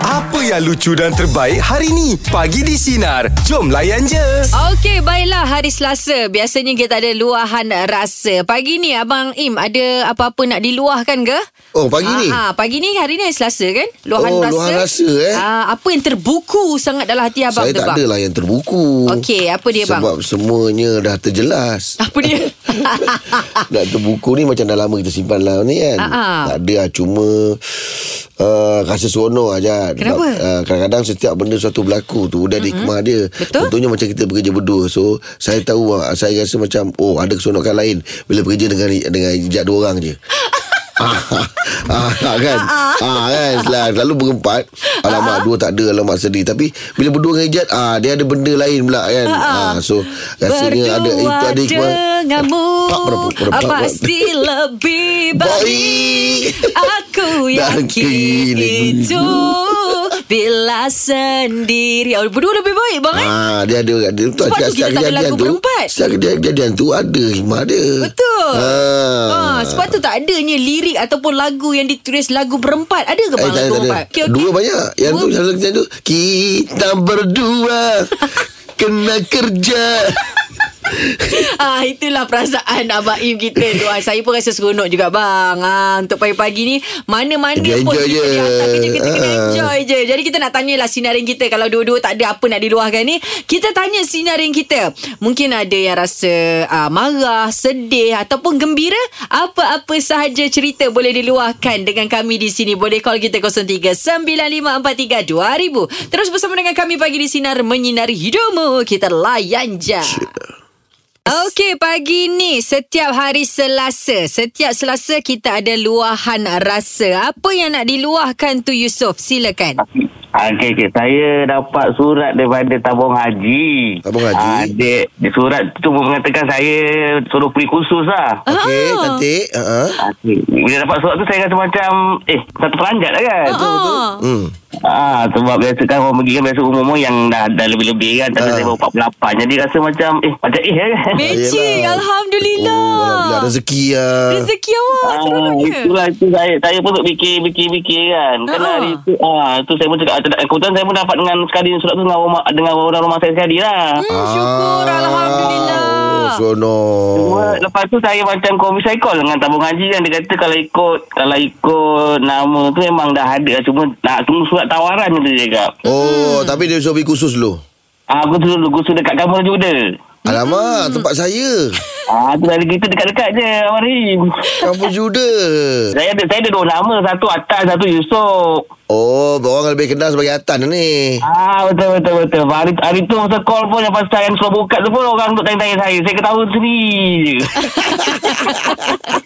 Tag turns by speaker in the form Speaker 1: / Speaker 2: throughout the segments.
Speaker 1: Apa yang lucu dan terbaik hari ni? Pagi di Sinar. Jom layan je.
Speaker 2: Okey, baiklah hari Selasa. Biasanya kita ada luahan rasa. Pagi ni Abang Im ada apa-apa nak diluahkan ke?
Speaker 3: Oh, pagi ni?
Speaker 2: Ah, ah, pagi ni hari ni hari Selasa kan? Luahan
Speaker 3: Oh,
Speaker 2: rasa.
Speaker 3: luahan rasa, eh?
Speaker 2: Ah, apa yang terbuku sangat dalam hati Abang
Speaker 3: Saya
Speaker 2: tu,
Speaker 3: tak
Speaker 2: Bang?
Speaker 3: adalah yang terbuku.
Speaker 2: Okey, apa dia, bang?
Speaker 3: Sebab semuanya dah terjelas.
Speaker 2: Apa dia?
Speaker 3: Nak terbuku ni macam dah lama kita simpan lah ni kan.
Speaker 2: Ah, ah.
Speaker 3: Tak ada lah. Cuma uh, rasa seronok aja.
Speaker 2: Kenapa?
Speaker 3: Uh, kadang-kadang setiap benda suatu berlaku tu dah mm-hmm. ada hikmah dia.
Speaker 2: Betul.
Speaker 3: Tentunya macam kita bekerja berdua. So saya tahu ah, saya rasa macam oh ada keseronokan lain bila bekerja dengan dengan hijab dua orang je. Ah, ah, ah, kan ah, kan Sel- Selalu berempat Alamak dua tak ada Alamak sedih Tapi bila berdua dengan Ijat ah, Dia ada benda lain pula kan ah, So Rasanya ada Itu
Speaker 2: Berdua
Speaker 3: ada hikmah
Speaker 2: denganmu
Speaker 3: Pak, pada, pada, pada, pada.
Speaker 2: Pasti lebih baik
Speaker 3: Baik.
Speaker 2: Aku
Speaker 3: Dan
Speaker 2: yakin
Speaker 3: kini.
Speaker 2: itu Bila sendiri Oh, Berdua lebih baik bang eh
Speaker 3: Ah, dia ada dia
Speaker 2: Sebab
Speaker 3: tu
Speaker 2: tu kita tak ada lagu berempat.
Speaker 3: Setiap kejadian, kejadian tu ada hikmah dia.
Speaker 2: Betul. Ha,
Speaker 3: Ah.
Speaker 2: sebab tu tak adanya lirik ataupun lagu yang ditulis lagu berempat. Ada ke
Speaker 3: Eh,
Speaker 2: bang lagu
Speaker 3: tak ada, tak ada.
Speaker 2: berempat? Okey, okey.
Speaker 3: Dua banyak. Yang
Speaker 2: Dua.
Speaker 3: tu satu lagi tu kita berdua kena kerja.
Speaker 2: Ah, itulah perasaan Abang Im kita tu. Ah, saya pun rasa seronok juga bang. Ah, untuk pagi-pagi ni mana-mana
Speaker 3: Kita
Speaker 2: pun
Speaker 3: enjoy
Speaker 2: kita
Speaker 3: je.
Speaker 2: di atas kerja kita kena
Speaker 3: Ah.
Speaker 2: enjoy je. Jadi kita nak tanyalah sinarin kita kalau dua-dua tak ada apa nak diluahkan ni, kita tanya sinarin kita. Mungkin ada yang rasa ah, marah, sedih ataupun gembira. Apa-apa sahaja cerita boleh diluahkan dengan kami di sini. Boleh call kita 0395432000. Terus bersama dengan kami pagi di sinar menyinari hidupmu. Kita layan je. Okey, pagi ni setiap hari Selasa. Setiap Selasa kita ada luahan rasa. Apa yang nak diluahkan tu Yusof? Silakan.
Speaker 4: Ah, Okey, okey. Saya dapat surat daripada tabung haji.
Speaker 3: Tabung haji?
Speaker 4: Ah, dia, dia surat tu mengatakan saya suruh pergi kursus lah.
Speaker 3: Okey, cantik. Ha.
Speaker 4: Ah, okey. Bila dapat surat tu saya rasa macam, eh, satu peranjat lah kan?
Speaker 2: Oh,
Speaker 3: Hmm.
Speaker 4: Ah, sebab biasa kan orang pergi kan biasa umur-umur yang dah, dah lebih-lebih kan. Tapi
Speaker 3: Ah.
Speaker 4: saya baru 48. Jadi rasa macam, eh, macam eh kan?
Speaker 2: Magic,
Speaker 3: Yelah.
Speaker 2: Alhamdulillah.
Speaker 3: Oh, alhamdulillah rezeki ah.
Speaker 2: Rezeki awak
Speaker 4: Ah,
Speaker 2: seronoknya.
Speaker 4: itulah itu saya saya pun duk fikir fikir fikir kan. Kan
Speaker 2: Ah.
Speaker 4: hari tu ah tu saya pun cakap ah, tak- kebetulan saya pun dapat dengan sekali surat tu dengan rumah dengan orang rumah saya sekali lah.
Speaker 2: Hmm, syukur,
Speaker 3: Ah,
Speaker 2: Alhamdulillah.
Speaker 3: Oh, seronok.
Speaker 4: Cuma lepas tu saya macam komis saya call dengan tabung haji kan. Dia kata kalau ikut kalau ikut nama tu memang dah ada. lah. Cuma nak tunggu surat tawaran je dia cakap.
Speaker 2: Hmm.
Speaker 3: Oh, tapi dia suruh pergi kursus dulu.
Speaker 4: Ah, aku tu dulu kursus dekat kamar juda.
Speaker 3: Alamak, tempat saya.
Speaker 4: Ah, tu dari kita dekat-dekat je Abang Rim.
Speaker 3: Kampung Juda.
Speaker 4: Saya ada saya ada dua nama, satu Atas, satu Yusof.
Speaker 3: Oh, orang lebih kenal sebagai Atan lah ni.
Speaker 4: Ah betul betul betul. Hari hari tu masa call pun yang pasal yang sekolah buka tu pun orang duk tanya-tanya saya. Saya ketawa sendiri je.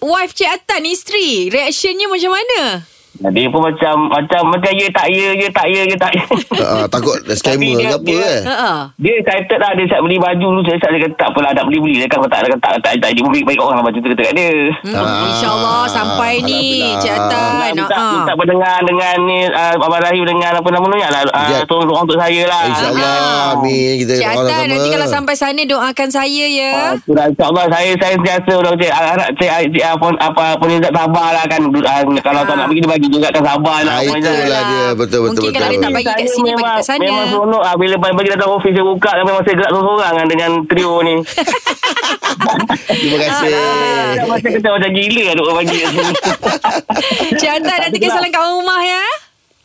Speaker 2: Wife Cik Atan, isteri, reaksinya macam mana?
Speaker 4: Nah, dia pun macam macam macam ya tak ya ya tak ya ya tak ya.
Speaker 3: Ah, takut
Speaker 4: Tapi
Speaker 3: scammer
Speaker 4: dia-
Speaker 3: ke apa
Speaker 4: dia-
Speaker 3: eh.
Speaker 2: Ha-ha.
Speaker 4: Dia excited lah Dia siap beli baju dulu Saya siap dia kata Tak apalah nak beli-beli Dia kata tak Dia kata tak Tak tak Dia baik baik orang lah Baju tu kata kat dia
Speaker 2: Hmm, InsyaAllah sampai ni
Speaker 3: Alhamdulillah.
Speaker 2: Cik
Speaker 4: Minta,
Speaker 2: Atan Ah,
Speaker 4: minta,
Speaker 2: Ha-ha.
Speaker 4: minta pendengar dengan ni uh, Abang Rahim dengan apa namanya lah uh,
Speaker 3: Ijat.
Speaker 4: Tolong doa untuk saya lah
Speaker 3: InsyaAllah
Speaker 2: Ah.
Speaker 3: Amin Kita
Speaker 2: Cik
Speaker 3: doakan
Speaker 2: Atan
Speaker 3: sama-sama.
Speaker 2: nanti kalau sampai sana doakan saya ya.
Speaker 4: Ah, tu lah, InsyaAllah saya saya sentiasa orang cik harap cik cik apa apa penizat sabar lah kan Ah, kalau tak
Speaker 2: Ah.
Speaker 4: nak pergi dia bagi juga kan sabar nak
Speaker 3: Ah,
Speaker 4: apa
Speaker 3: itulah
Speaker 4: Izzat.
Speaker 3: dia. Betul, betul,
Speaker 2: Mungkin kalau
Speaker 3: betul,
Speaker 2: dia tak
Speaker 3: betul.
Speaker 2: bagi kat
Speaker 4: Saya
Speaker 2: sini bagi
Speaker 4: memang-
Speaker 2: kat sana.
Speaker 4: Memang seronok lah Bila pagi datang ofis Saya buka Saya memang saya gerak seorang-seorang kan, Dengan trio ni
Speaker 3: Terima
Speaker 2: Ah,
Speaker 3: kasih
Speaker 4: Saya Macam kita macam gila lah, Duk pagi kat sini.
Speaker 2: Cik Atan nanti
Speaker 4: Alhamdulillah.
Speaker 2: kesalan kat rumah ya.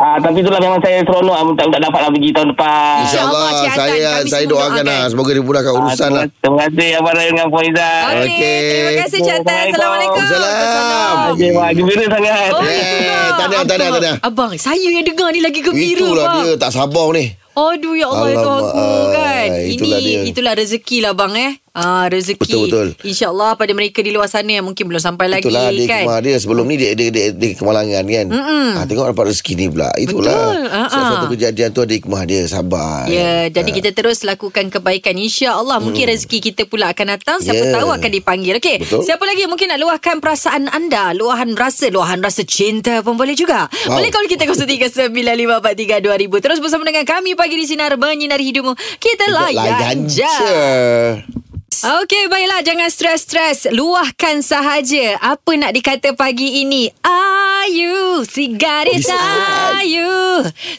Speaker 4: ah, Tapi itulah memang saya seronok ah, Tak, tak dapat lah pergi tahun depan
Speaker 3: InsyaAllah
Speaker 2: Cik Atan,
Speaker 3: Saya
Speaker 2: kami
Speaker 3: saya
Speaker 2: semua
Speaker 3: doakan
Speaker 2: doakan.
Speaker 3: lah Semoga dimudahkan
Speaker 4: Ah,
Speaker 3: urusan lah
Speaker 4: Terima kasih Abang Ryan dengan Faizal
Speaker 2: Okey,
Speaker 3: Okey.
Speaker 2: terima kasih Cik Atan. Assalamualaikum.
Speaker 3: Waalaikumsalam.
Speaker 2: Tersono.
Speaker 4: Okey, wah, Gembira sangat
Speaker 2: Oh,
Speaker 3: Eh,
Speaker 2: itulah.
Speaker 3: tahniah, tahniah,
Speaker 2: Abang-
Speaker 3: tahniah.
Speaker 2: Abang, saya yang dengar ni lagi gembira.
Speaker 3: Itulah
Speaker 2: bang.
Speaker 3: dia Tak sabar ni
Speaker 2: Aduh, ya Allah, ya Tuhan aku
Speaker 3: Alamak, Ah,
Speaker 2: kan.
Speaker 3: itulah
Speaker 2: Ini,
Speaker 3: dia.
Speaker 2: itulah rezeki lah bang eh. Ah, rezeki.
Speaker 3: Betul, betul.
Speaker 2: InsyaAllah pada mereka di luar sana yang mungkin belum sampai lagi
Speaker 3: Itulah dia
Speaker 2: kan.
Speaker 3: kemar dia Sebelum ni dia, dia, dia, dia kemalangan kan ha, Tengok dapat rezeki ni pula Itulah
Speaker 2: Betul, ah,
Speaker 3: Setiap
Speaker 2: ah.
Speaker 3: Satu kejadian tu ada hikmah dia Sabar
Speaker 2: Ya, jadi kita terus lakukan kebaikan insya-Allah. Mungkin rezeki kita pula akan datang, siapa
Speaker 3: Ya.
Speaker 2: tahu akan dipanggil. Okey.
Speaker 3: Betul.
Speaker 2: Siapa lagi yang mungkin nak luahkan perasaan anda, luahan rasa, luahan rasa cinta pun boleh juga.
Speaker 3: Wow.
Speaker 2: Boleh call kita 0395432000. lah, ya, Terus bersama dengan kami pagi di sinar menyinari hidupmu. Kita layan,
Speaker 3: Layan
Speaker 2: je.
Speaker 3: je
Speaker 2: Okey, baiklah. Jangan stres-stres. Luahkan sahaja. Apa nak dikata pagi ini? Ayu, si gadis ayu.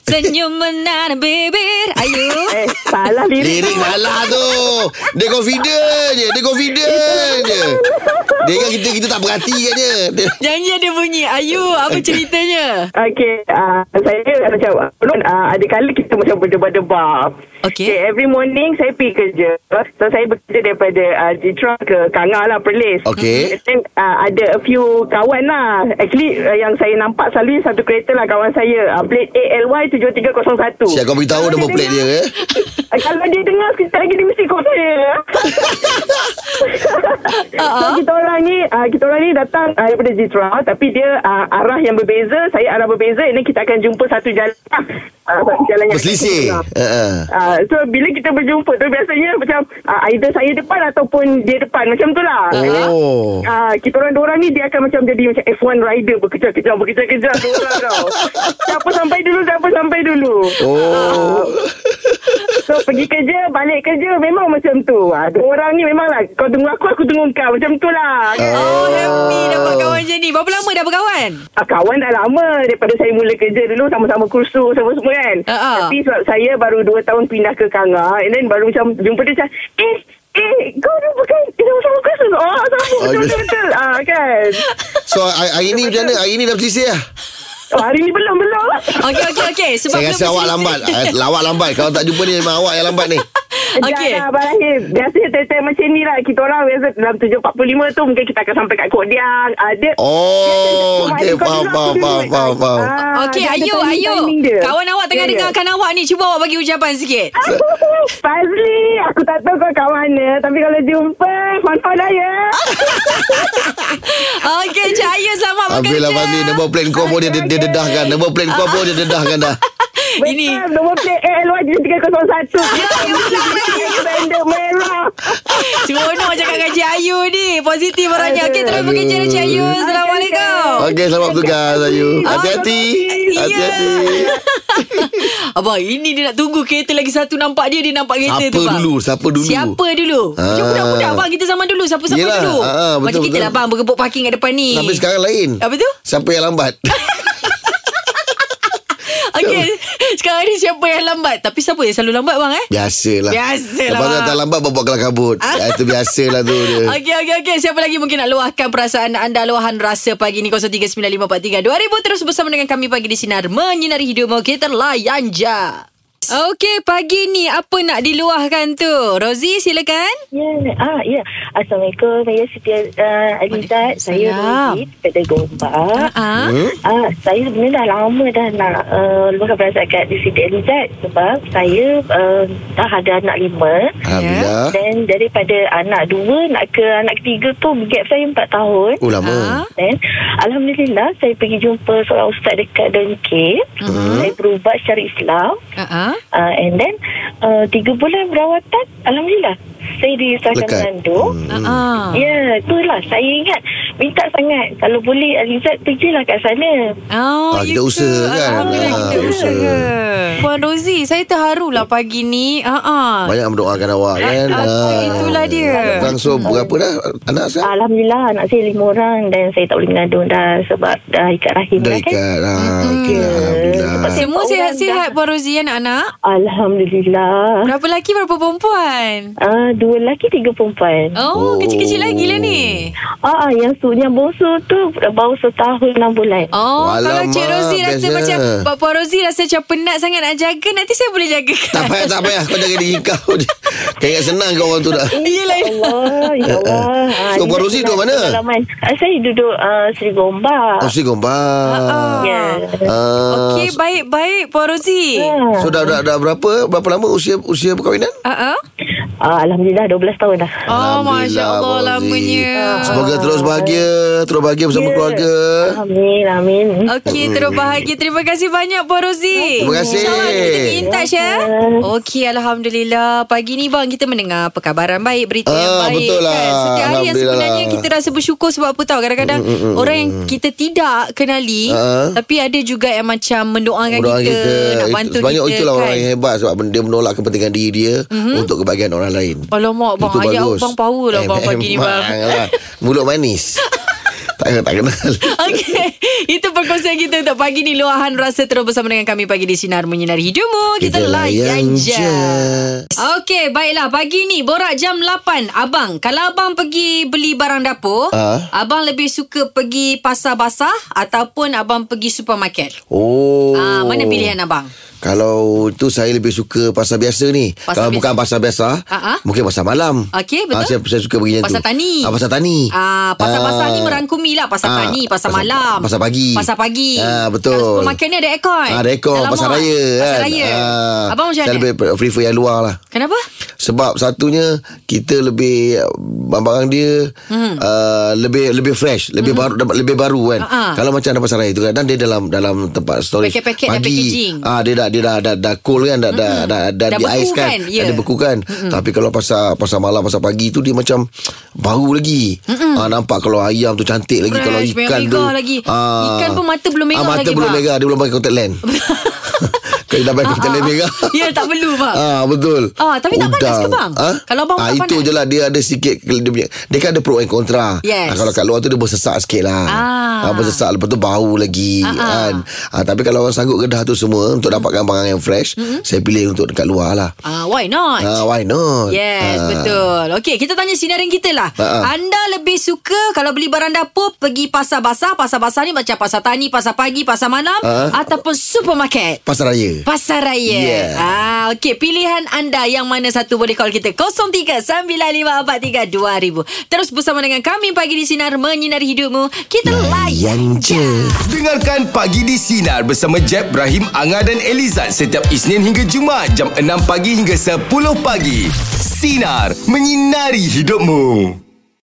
Speaker 2: Senyum menahan bibir. Ayu.
Speaker 5: Eh, salah lirik.
Speaker 3: Lirik salah tu Dia confident je Dia confident je Dia ingat kita Kita tak perhatikan je dia,
Speaker 2: Janji ada bunyi. Ayu, apa ceritanya?
Speaker 5: Okay, uh, saya macam belum uh, ada kali kita macam berdebar-debar.
Speaker 2: Okey.
Speaker 5: okay. Every morning saya pergi kerja. So saya bekerja daripada uh, Jitra ke Kangah lah Perlis.
Speaker 3: Okey.
Speaker 5: And Then uh, ada a few kawan lah. Actually uh, yang saya nampak selalu satu kereta lah kawan saya. Uh, plate ALY 7301.
Speaker 3: Siap kau beritahu Nombor plate dia eh
Speaker 5: Eh, Kalau dia dengar sekejap lagi dia mesti call saya. so kita orang ni uh, kita orang ni datang uh, daripada Jitra tapi dia uh, arah yang berbeza, saya arah berbeza ini kita akan jumpa satu jalan uh, satu jalan yang
Speaker 3: Berselisih uh-uh.
Speaker 5: Uh, so bila kita berjumpa tu biasanya macam uh, either saya depan ataupun dia depan macam tu lah.
Speaker 3: Oh
Speaker 5: Ah, kita orang orang ni dia akan macam jadi macam F1 rider berkejar-kejar berkejar-kejar tu orang tau. Siapa sampai dulu siapa sampai dulu.
Speaker 3: Oh
Speaker 5: So pergi kerja Balik kerja Memang macam tu ha, Dua orang ni memang lah Kau tunggu aku Aku tunggu kau Macam tu lah
Speaker 3: Eh.
Speaker 5: kan?
Speaker 2: Oh, happy dapat kawan macam ni. Berapa lama dah berkawan?
Speaker 5: Ah, Kawan dah lama Daripada saya mula kerja dulu Sama-sama kursus Semua-semua kan
Speaker 2: Ah, ah.
Speaker 5: Tapi sebab saya Baru dua tahun pindah ke Kanga And then baru macam Jumpa dia macam Eh Eh kau ni bukan Kita sama kursus Oh sama
Speaker 3: Oh, yes.
Speaker 5: Betul-betul ah, Kan
Speaker 3: So hari hari ni macam mana Hari ni dah berselisih lah
Speaker 5: oh, Hari ni belum Belum
Speaker 2: Okey, okey, okey. Sebab
Speaker 3: Saya
Speaker 2: belum
Speaker 3: rasa awak
Speaker 2: berselisih.
Speaker 3: lambat Ah, Lawak lambat Kalau tak jumpa ni Memang awak yang lambat ni
Speaker 2: Okey.
Speaker 5: Dah lah Abang Rahim Biasanya time-time macam ni lah Kita orang biasa Dalam 7.45 tu Mungkin kita akan sampai kat Kodiang Ada
Speaker 3: Oh Okay faham faham faham faham, faham.
Speaker 2: Okey, Ayu, Ayu. Kawan awak
Speaker 5: Ya,
Speaker 2: tengah dengarkan awak ni. Cuba awak bagi ucapan sikit.
Speaker 5: Fazli, aku tak tahu kau kat mana. Tapi kalau jumpa, fun-fun dah ya.
Speaker 2: Okey, Cik Ayu, selamat
Speaker 3: Habis
Speaker 2: bekerja.
Speaker 3: lah Fazli Nombor plan kau pun dia, dia, dia dedahkan Nombor plan kau pun dia dedahkan dah
Speaker 2: Ini.
Speaker 5: Betul, nombor plate ALY 7301. Kita mesti bandar merah.
Speaker 2: Seronok cakap dengan Cik Ayu ni. Positif orangnya. Okey, terus
Speaker 3: Aduh.
Speaker 2: bekerja dengan Cik Ayu. Assalamualaikum.
Speaker 3: Okey selamat bertugas Ayu Hati-hati
Speaker 2: Ya.
Speaker 3: Hati-hati
Speaker 2: Abang, ini dia nak tunggu kereta lagi satu. Nampak dia, dia nampak kereta
Speaker 3: Siapa
Speaker 2: tu, bang.
Speaker 3: dulu? Siapa dulu?
Speaker 2: Siapa dulu? Macam
Speaker 3: Ah.
Speaker 2: budak-budak, bang. Kita zaman dulu. Siapa-siapa
Speaker 3: Yelah,
Speaker 2: dulu?
Speaker 3: ah, ah,
Speaker 2: Macam
Speaker 3: betul,
Speaker 2: kita
Speaker 3: betul.
Speaker 2: lah, bang. Bergebuk parking kat depan ni.
Speaker 3: Tapi sekarang lain
Speaker 2: Apa tu?
Speaker 3: Siapa yang lambat
Speaker 2: Okey, sekarang ni siapa yang lambat? Tapi siapa yang selalu lambat, bang, eh?
Speaker 3: Biasalah
Speaker 2: Biasalah,
Speaker 3: Lepas tu
Speaker 2: bang.
Speaker 3: tak lambat Bapak kelam kabut ah, Itu biasalah tu dia
Speaker 2: Okey, okey, okey. Siapa lagi mungkin nak luahkan perasaan anda, luahan rasa pagi ni 0395432000 terus bersama dengan kami pagi di Sinar Menyinari Hidupmu. Kita layan je. Okey, pagi ni apa nak diluahkan tu? Rozi, silakan.
Speaker 6: Ya, ah, ya. Assalamualaikum. Saya Siti uh, Alizat. Saya
Speaker 2: Waalaikumsalam.
Speaker 6: Rozi daripada Gombak.
Speaker 2: Ah,
Speaker 3: hmm?
Speaker 6: Ah, saya sebenarnya dah lama dah nak uh, luahkan perasaan kat Siti Alizat sebab saya uh, dah ada anak lima.
Speaker 3: Alhamdulillah
Speaker 6: Dan daripada anak dua nak ke anak ketiga tu gap saya empat tahun.
Speaker 3: Oh lama
Speaker 2: Ah.
Speaker 6: Dan Alhamdulillah saya pergi jumpa seorang ustaz dekat Dengkir.
Speaker 2: Mhm.
Speaker 6: Saya berubah secara Islam.
Speaker 2: ah, ah.
Speaker 6: Uh, and then uh, tiga bulan perawatan Alhamdulillah saya disahkan
Speaker 3: Lekat
Speaker 6: mengandung
Speaker 3: Hmm.
Speaker 2: Ah, ah.
Speaker 6: Ya, itulah saya ingat minta sangat kalau boleh Alizat pergilah kat sana.
Speaker 2: Oh,
Speaker 3: Ah,
Speaker 2: ya
Speaker 3: kita usaha
Speaker 2: ke?
Speaker 3: kan?
Speaker 2: Alhamdulillah
Speaker 3: Ah,
Speaker 2: kita
Speaker 3: usaha.
Speaker 2: usaha. Puan Rozi, saya terharulah pagi ni. Ah, ah.
Speaker 3: Banyak mendoakan awak kan
Speaker 2: Ah, itulah dia.
Speaker 3: Langsung berapa dah Anak saya
Speaker 6: Alhamdulillah anak saya lima orang dan saya tak boleh mengandung dah sebab dah ikat rahim
Speaker 3: Dah
Speaker 6: dah kan.
Speaker 3: ikat ah,
Speaker 2: Hmm.
Speaker 3: okay,
Speaker 6: Ya.
Speaker 3: Alhamdulillah
Speaker 6: Lepas tu-
Speaker 2: Semua
Speaker 6: Orang
Speaker 2: sihat-sihat
Speaker 6: dah-
Speaker 2: Puan Rozi anak-anak?
Speaker 6: Alhamdulillah.
Speaker 2: Berapa lelaki, berapa perempuan?
Speaker 6: Ah, dua lelaki tiga perempuan.
Speaker 2: Oh,
Speaker 3: Oh.
Speaker 2: kecil-kecil lagi lah ni.
Speaker 6: Ah, ah, yang su yang bongsu tu baru setahun enam bulan.
Speaker 2: Oh, kalau
Speaker 3: Alamak,
Speaker 2: Cik Rozi rasa
Speaker 3: bestnya.
Speaker 2: macam Pak Puan Rozi rasa macam penat sangat nak jaga, nanti saya boleh jaga.
Speaker 3: Tak payah tak payah Kau jaga diri kau je Kau ingat senang kau orang tu dah
Speaker 2: Yelah.
Speaker 6: Allah, ya Allah. Ah,
Speaker 3: Eh, So, Puan
Speaker 6: ini
Speaker 3: Rosie duduk
Speaker 6: pengalaman-
Speaker 3: mana?
Speaker 6: pengalaman. Ah, saya duduk uh, Seri Gombak.
Speaker 3: Oh si gombal
Speaker 6: Ya.
Speaker 3: Ah,
Speaker 2: Oh. Okey, baik-baik Puan Rozi.
Speaker 5: Ya.
Speaker 3: So dah, dah, dah berapa Berapa lama usia usia perkahwinan
Speaker 2: Ah, ah.
Speaker 6: Ah, Alhamdulillah 12 tahun dah.
Speaker 2: Oh, Masya Allah
Speaker 3: Abang Rosie.
Speaker 2: lamanya.
Speaker 3: Semoga terus bahagia Terus bahagia bersama keluarga
Speaker 6: Amin, amin.
Speaker 2: Okey, terus bahagia. Terima kasih banyak Puan Rozi.
Speaker 3: Terima kasih.
Speaker 2: InsyaAllah kita keep in touch ya. Okey, Alhamdulillah. Pagi ni bang, kita mendengar perkabaran baik, berita yang
Speaker 3: Ah,
Speaker 2: baik.
Speaker 3: betul lah.
Speaker 2: Kan? Setiap hari yang
Speaker 3: Alhamdulillah Mm,
Speaker 2: sebenarnya
Speaker 3: lah.
Speaker 2: kita rasa bersyukur sebab apa tahu. Kadang-kadang orang yang kita tidak kenali,
Speaker 3: Ah.
Speaker 2: tapi ada juga yang macam mendoakan
Speaker 3: Orang
Speaker 2: kita,
Speaker 3: kita,
Speaker 2: nak
Speaker 3: itu-
Speaker 2: bantu
Speaker 3: Sebanyak
Speaker 2: kita.
Speaker 3: itulah
Speaker 2: kan?
Speaker 3: orang yang hebat Sebab dia menolak kepentingan diri dia Untuk kebahagiaan orang arah lain
Speaker 2: Alamak, bang.
Speaker 3: Itu
Speaker 2: Ayat
Speaker 3: bagus.
Speaker 2: abang power lah, bang, pagi ni, bang.
Speaker 3: Memang lah. Mulut manis Tak tak kenal
Speaker 2: Okey, itu perkongsian kita untuk pagi ni luahan rasa terus bersama dengan kami pagi di sinar menyinari hidupmu. Kita, layan je. Okey, baiklah pagi ni borak jam 8. Abang, kalau abang pergi beli barang dapur,
Speaker 3: Ah.
Speaker 2: abang lebih suka pergi pasar basah ataupun abang pergi supermarket?
Speaker 3: Oh
Speaker 2: Ah, mana pilihan abang?
Speaker 3: Kalau tu saya lebih suka pasar biasa ni.
Speaker 2: Pasar
Speaker 3: Pasar Kalau
Speaker 2: biasa.
Speaker 3: bukan pasar biasa,
Speaker 2: Ah, ah.
Speaker 3: mungkin pasar malam.
Speaker 2: Okey, betul.
Speaker 3: Ah, saya, saya suka pergi yang
Speaker 2: Pasar
Speaker 3: tu.
Speaker 2: tani.
Speaker 3: Ah, pasar tani.
Speaker 2: Ah, pasar basah ni merangkumi lah pasar
Speaker 3: Ah,
Speaker 2: tani, pasar,
Speaker 3: pasar-
Speaker 2: malam,
Speaker 3: pasar pagi.
Speaker 2: pasar pagi.
Speaker 3: Ah, betul.
Speaker 2: Kalau supermarket ni ada aircon.
Speaker 3: Ah, ada ekor
Speaker 2: Dalam
Speaker 3: pasar
Speaker 2: mall.
Speaker 3: raya
Speaker 2: Pasar
Speaker 3: kan.
Speaker 2: raya.
Speaker 3: Ah,
Speaker 2: abang macam
Speaker 3: Saya
Speaker 2: mana?
Speaker 3: lebih prefer yang luar lah.
Speaker 2: Kenapa?
Speaker 3: Sebab satunya kita lebih uh, barang-barang dia hmm. uh, lebih lebih fresh, lebih hmm. baru dapat lebih baru kan.
Speaker 2: Ha, ha.
Speaker 3: Kalau macam ada pasar raya tu kadang dia dalam dalam tempat storage
Speaker 2: Paket-paket dan packaging. Hmm.
Speaker 3: Ah dia dah dia dah dah, dah cool kan dah dah dah, dah,
Speaker 2: Dah
Speaker 3: di
Speaker 2: beku
Speaker 3: ais kan.
Speaker 2: kan, ya.
Speaker 3: Dah dibeku kan. Hmm. Tapi kalau pasar pasar malam pasar pagi tu dia macam baru lagi. Hmm. Ah nampak kalau ayam tu cantik lagi kalau
Speaker 2: Fresh, merah
Speaker 3: ikan tu.
Speaker 2: gigau lagi. Ikan pun mata belum merah
Speaker 3: ah, mata
Speaker 2: lagi,
Speaker 3: belum
Speaker 2: bang.
Speaker 3: merah dia belum pakai contact lens. Kalau dah pakai contact lens merah.
Speaker 2: Ya, tak perlu, bang.
Speaker 3: Ah betul.
Speaker 2: Ah, tapi tak panas ke, bang?
Speaker 3: Ha?
Speaker 2: Kalau bang
Speaker 3: ah,
Speaker 2: tak
Speaker 3: itu
Speaker 2: panas?
Speaker 3: je lah dia ada sikit dia punya. Dia kan ada pro and contra.
Speaker 2: Yes.
Speaker 3: Ah, kalau kat luar tu dia bersesak sikit lah.
Speaker 2: Ah.
Speaker 3: ah bersesak lepas tu bau lagi
Speaker 2: Ah, ah.
Speaker 3: kan. Ah tapi kalau orang sanggup kedah tu semua untuk dapatkan barang yang fresh,
Speaker 2: Mm-hmm.
Speaker 3: saya pilih untuk dekat luar lah.
Speaker 2: Ah, why not?
Speaker 3: Ah why not?
Speaker 2: Yes,
Speaker 3: Ah.
Speaker 2: betul. Okey, kita tanya sinarin kita lah.
Speaker 3: Ha, ha.
Speaker 2: Anda lebih suka kalau beli barang dapur pergi pasar basah, pasar basah ni macam pasar tani, pasar pagi, pasar malam
Speaker 3: Ha.
Speaker 2: ataupun supermarket?
Speaker 3: Pasar raya.
Speaker 2: Pasar Raya.
Speaker 3: Yeah.
Speaker 2: Ah, okey, pilihan anda yang mana satu boleh call kita 0395432000. Terus bersama dengan kami pagi di sinar menyinari hidupmu. Kita layan je.
Speaker 1: Dengarkan Pagi di Sinar bersama Jeb, Ibrahim, Anga dan Elizad setiap Isnin hingga Jumaat jam 6 pagi hingga 10 pagi. Sinar. Menyinari hidupmu.